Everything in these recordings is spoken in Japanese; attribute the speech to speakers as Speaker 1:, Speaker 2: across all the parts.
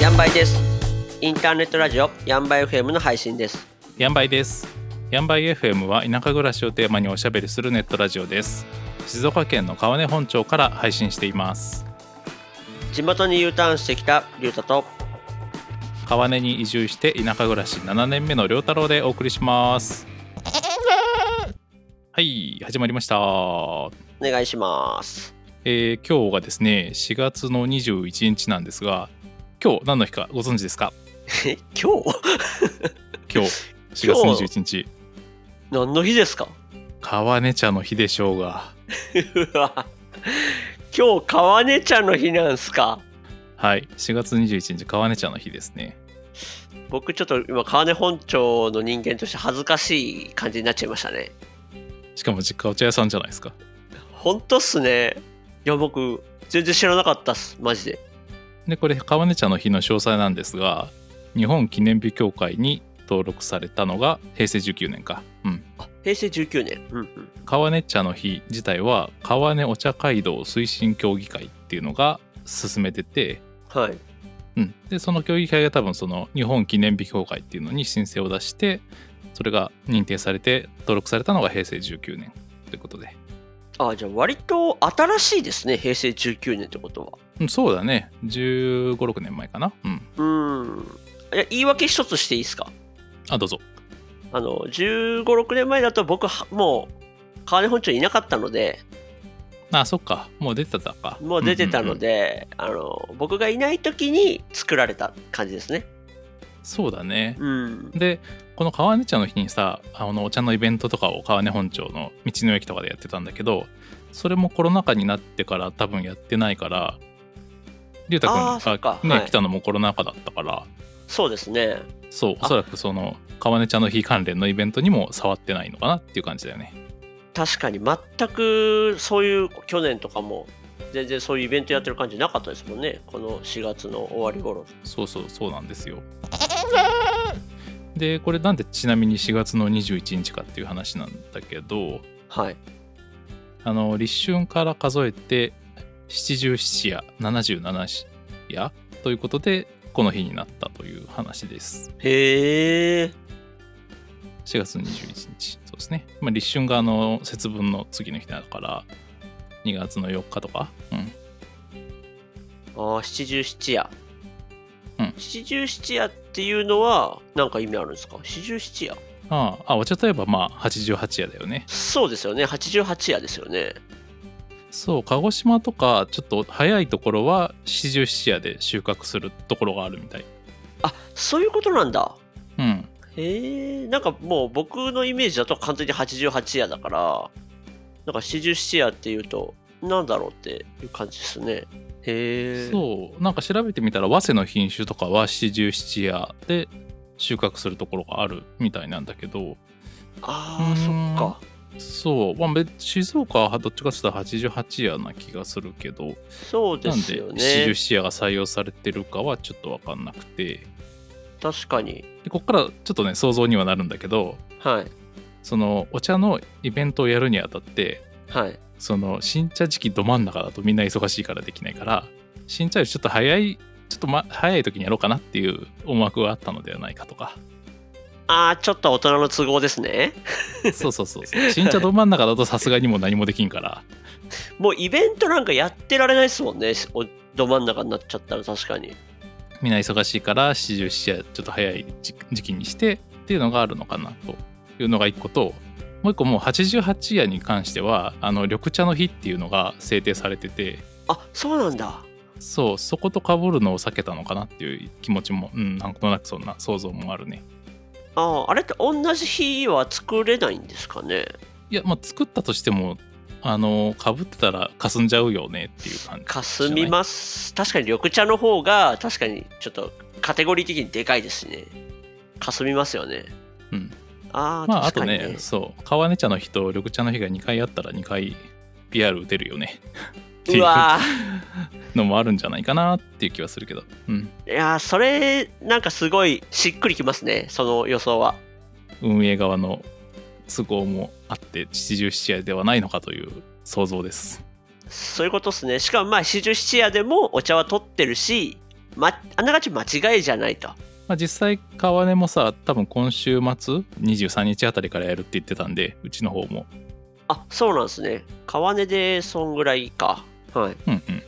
Speaker 1: ヤンバイです。インターネットラジオヤンバイ FM の配信です。
Speaker 2: ヤンバイです。ヤンバイ FM は田舎暮らしをテーマにおしゃべりするネットラジオです。静岡県の川根本町から配信しています。
Speaker 1: 地元に U ターンしてきたリュウタと
Speaker 2: 川根に移住して田舎暮らし7年目の良太郎でお送りします。はい、始まりました。
Speaker 1: お願いします。
Speaker 2: えー今日がですね、4月の21日なんですが、今日何の日かご存知ですか
Speaker 1: え今日
Speaker 2: 今日、4月21日、
Speaker 1: 何の日ですか
Speaker 2: 川根茶の日でしょうが。
Speaker 1: うわ今日川根茶の日なんすか
Speaker 2: はい、4月21日、川根茶の日ですね。
Speaker 1: 僕ちょっと今川根本町の人間として恥ずかしい感じになっちゃいましたね。
Speaker 2: しかも実家お茶屋さんじゃないですか。
Speaker 1: ほんとっすね。いや僕全然知らなかったっすマジで。
Speaker 2: でこれ川根茶の日の詳細なんですが日本記念日協会に登録されたのが平成19年か、うん、
Speaker 1: あ平成19年。うんうん。
Speaker 2: 川根茶の日自体は川根お茶街道推進協議会っていうのが進めてて、
Speaker 1: はい。
Speaker 2: うん、でその協議会が多分その日本記念日協会っていうのに申請を出してそれが認定されて登録されたのが平成19年ということで、
Speaker 1: あじゃあ割と新しいですね平成19年ってことは。
Speaker 2: うん、そうだね1 5 6年前かなうん
Speaker 1: うーん。いや言い訳一つしていいですか
Speaker 2: あどうぞ
Speaker 1: あの、15、6年前だと僕は、もう、川根本町いなかったので、
Speaker 2: あそっかもう出てたか
Speaker 1: もう出てたの
Speaker 2: で
Speaker 1: で、あの、僕がいない時に作られた感じですね。
Speaker 2: そうだね
Speaker 1: うん。
Speaker 2: でこの川根茶の日にさあのお茶のイベントとかを川根本町の道の駅とかでやってたんだけどそれもコロナ禍になってから多分やってないから龍太君
Speaker 1: あーそっか
Speaker 2: が、ね
Speaker 1: はい
Speaker 2: 来たのもコロナ禍だったから
Speaker 1: そうですね。
Speaker 2: そう
Speaker 1: あ
Speaker 2: おそらくその川根茶の日関連のイベントにも触ってないのかなっていう感じだよね
Speaker 1: 確かに全くそういう去年とかも全然そういうイベントやってる感じなかったですもんねこの4月の終わり頃
Speaker 2: そうそうそうなんです よでこれなんでちなみに4月の21日かっていう話なんだけど
Speaker 1: はい
Speaker 2: あの立春から数えて七十七夜七十七夜ということでこの日になったという話です
Speaker 1: へえ
Speaker 2: 4月21日そうですね、まあ、立春があの節分の次の日だから2月の4日とか、うん、
Speaker 1: ああ七十七夜、
Speaker 2: うん
Speaker 1: 七十七夜っていうのは何か意味あるんですか七十七夜
Speaker 2: あああお茶といえばまあ88夜だよね
Speaker 1: そうですよね八十八夜ですよね
Speaker 2: そう鹿児島とかちょっと早いところは七十七夜で収穫するところがあるみたい
Speaker 1: あそういうことなんだ
Speaker 2: うん
Speaker 1: へえんかもう僕のイメージだと完全に88夜だからなんか77夜っていうとなんだろうっていう感じですねへえ
Speaker 2: そうなんか調べてみたら早生の品種とかは七十七夜で収穫するところがあるみたいなんだけど
Speaker 1: あ
Speaker 2: う
Speaker 1: ー
Speaker 2: ー
Speaker 1: そ
Speaker 2: ん
Speaker 1: っか
Speaker 2: そう、まあ、別静岡はどっちかって言ったら88夜な気がするけど、
Speaker 1: そうで
Speaker 2: なん
Speaker 1: す
Speaker 2: で
Speaker 1: よ
Speaker 2: 七十
Speaker 1: ね
Speaker 2: 七夜が採用されてるかはちょっと分かんなくて
Speaker 1: 確かに
Speaker 2: でここからちょっとね想像にはなるんだけど
Speaker 1: はい
Speaker 2: そのお茶のイベントをやるにあたって
Speaker 1: はい
Speaker 2: その新茶時期ど真ん中だとみんな忙しいからできないから新茶よりちょっと早いちょっと、ま、早い時にやろうかなっていう思惑があったのではないかとか
Speaker 1: ああちょっと大人の都合ですね
Speaker 2: そうそうそうそう新茶ど真ん中だとさすがにもう何もできんから
Speaker 1: もうイベントなんかやってられないですもんねおど真ん中になっちゃったら確かに
Speaker 2: みんな忙しいから四十四夜ちょっと早い時時期にしてっていうのがあるのかなというのが一個ともう一個もう88夜に関してはあの緑茶の日っていうのが制定されてて
Speaker 1: あそうなんだ
Speaker 2: そうそことかぶるのを避けたのかなっていう気持ちもうんなんとなくそんな想像もあるね
Speaker 1: あーあれって同じ日は作れないんですかね
Speaker 2: いやまあ作ったとしてもあのかぶってたら霞んじゃうよねっていう感じ
Speaker 1: かすみます確かに緑茶の方が確かにちょっとカテゴリー的にでかいですしねかすみますよね
Speaker 2: うん
Speaker 1: あー、
Speaker 2: まああ
Speaker 1: 確
Speaker 2: と
Speaker 1: かに
Speaker 2: ね
Speaker 1: ね
Speaker 2: そう川根茶の日と緑茶の日が2回あったら2回 PR 打てるよねっていうう
Speaker 1: わ
Speaker 2: のもあるんじゃないかなっていう気はするけどうん
Speaker 1: ーいやーそれなんかすごいしっくりきますねその予想は
Speaker 2: 運営側の都合もあって七十七夜ではないのかという想像です
Speaker 1: そういうことっすねしかもまあ四十七夜でもお茶は取ってるし、ま、あながち間違いじゃないと
Speaker 2: まあ、実際川根もさ多分今週末23日あたりからやるって言ってたんでうちの方も
Speaker 1: あそうなんですね川根でそんぐらいかはい
Speaker 2: うんうん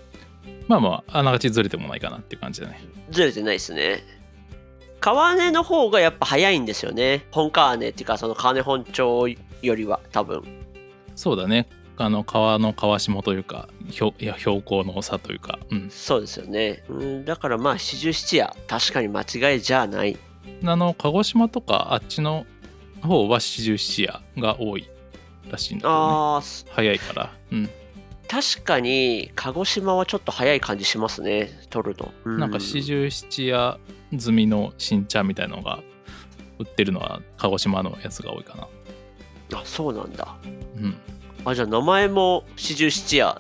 Speaker 2: まあまああながちずれてもないかなっていう感じだね
Speaker 1: ずれてないですね川根の方がやっぱ早いんですよね本川根っていうかその川根本町よりは多分
Speaker 2: そうだねあの川の川下というかひょいや標高の差というか、うん、
Speaker 1: そうですよねうんだからまあ四十七夜確かに間違いじゃない
Speaker 2: あの鹿児島とかあっちの方は四十七夜が多いらしいんだけどね
Speaker 1: あー
Speaker 2: 早いからうん
Speaker 1: 確かに鹿児島はちょっと早い感じしますね取るの、う
Speaker 2: なんか四十七夜済みの新茶みたいのが売ってるのは鹿児島のやつが多いかな
Speaker 1: あそうなんだ
Speaker 2: うん
Speaker 1: あじゃあ名前も四十七夜っ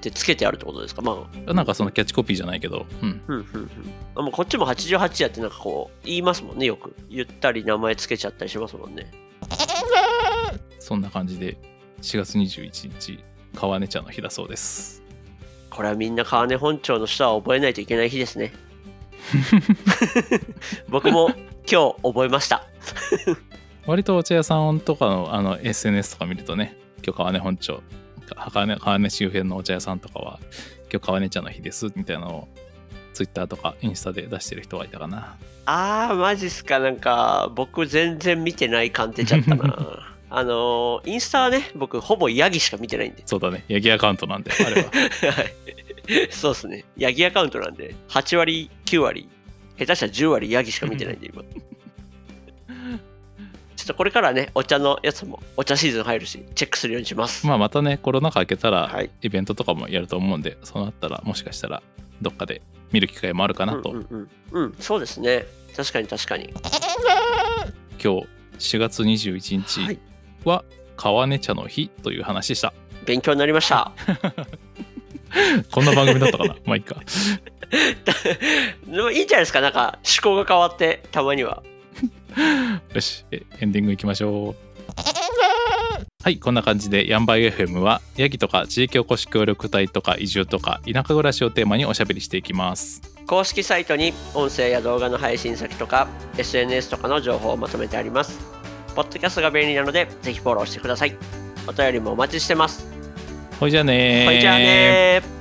Speaker 1: てつけてあるってことですかまあ
Speaker 2: なんかそのキャッチコピーじゃないけど、うん、
Speaker 1: うんうんうんあもうこっちも八十八夜ってなんかこう言いますもんねよくゆったり名前つけちゃったりしますもんね
Speaker 2: そんな感じで4月21日川根茶の日だそうです
Speaker 1: これはみんな川根本町の人は覚えないといけない日ですね 僕も今日覚えました
Speaker 2: 割とお茶屋さんとかのあの SNS とか見るとね今日川根本町川根川根周辺のお茶屋さんとかは今日川根茶の日ですみたいなのを Twitter とかインスタで出してる人がいたかな
Speaker 1: あーマジっすかなんか僕全然見てない感出ちゃったなあのーインスタはね僕ほぼヤギしか見てないんで
Speaker 2: そうだね八木アカウントなんであれ は
Speaker 1: はいそうっすねヤギアカウントなんで8割9割下手したら10割ヤギしか見てないんで 今ちょっとこれからねお茶のやつもお茶シーズン入るしチェックするようにします、
Speaker 2: まあまたねコロナ禍明けたら
Speaker 1: はい
Speaker 2: イベントとかもやると思うんでそうなったらもしかしたらどっかで見る機会もあるかなと
Speaker 1: うんうんうん、うん、そうですね確かに確かに
Speaker 2: 今日4月21日、
Speaker 1: はい
Speaker 2: は川根茶の日という話でした。
Speaker 1: 勉強になりました
Speaker 2: こんな番組だったか なまあいいか。
Speaker 1: でもいいんじゃないですかなんか思考が変わってたまには
Speaker 2: よし、えエンディングいきましょう。はい、こんな感じでヤンバイ FM はヤギとか地域おこし協力隊とか移住とか田舎暮らしをテーマにおしゃべりしていきます。
Speaker 1: 公式サイトに音声や動画の配信先とか SNS とかの情報をまとめてあります。ポッドキャストが便利なのでぜひフォローしてください。お便りもお待ちしてます。
Speaker 2: ほいじゃあねー
Speaker 1: ほいじゃあねー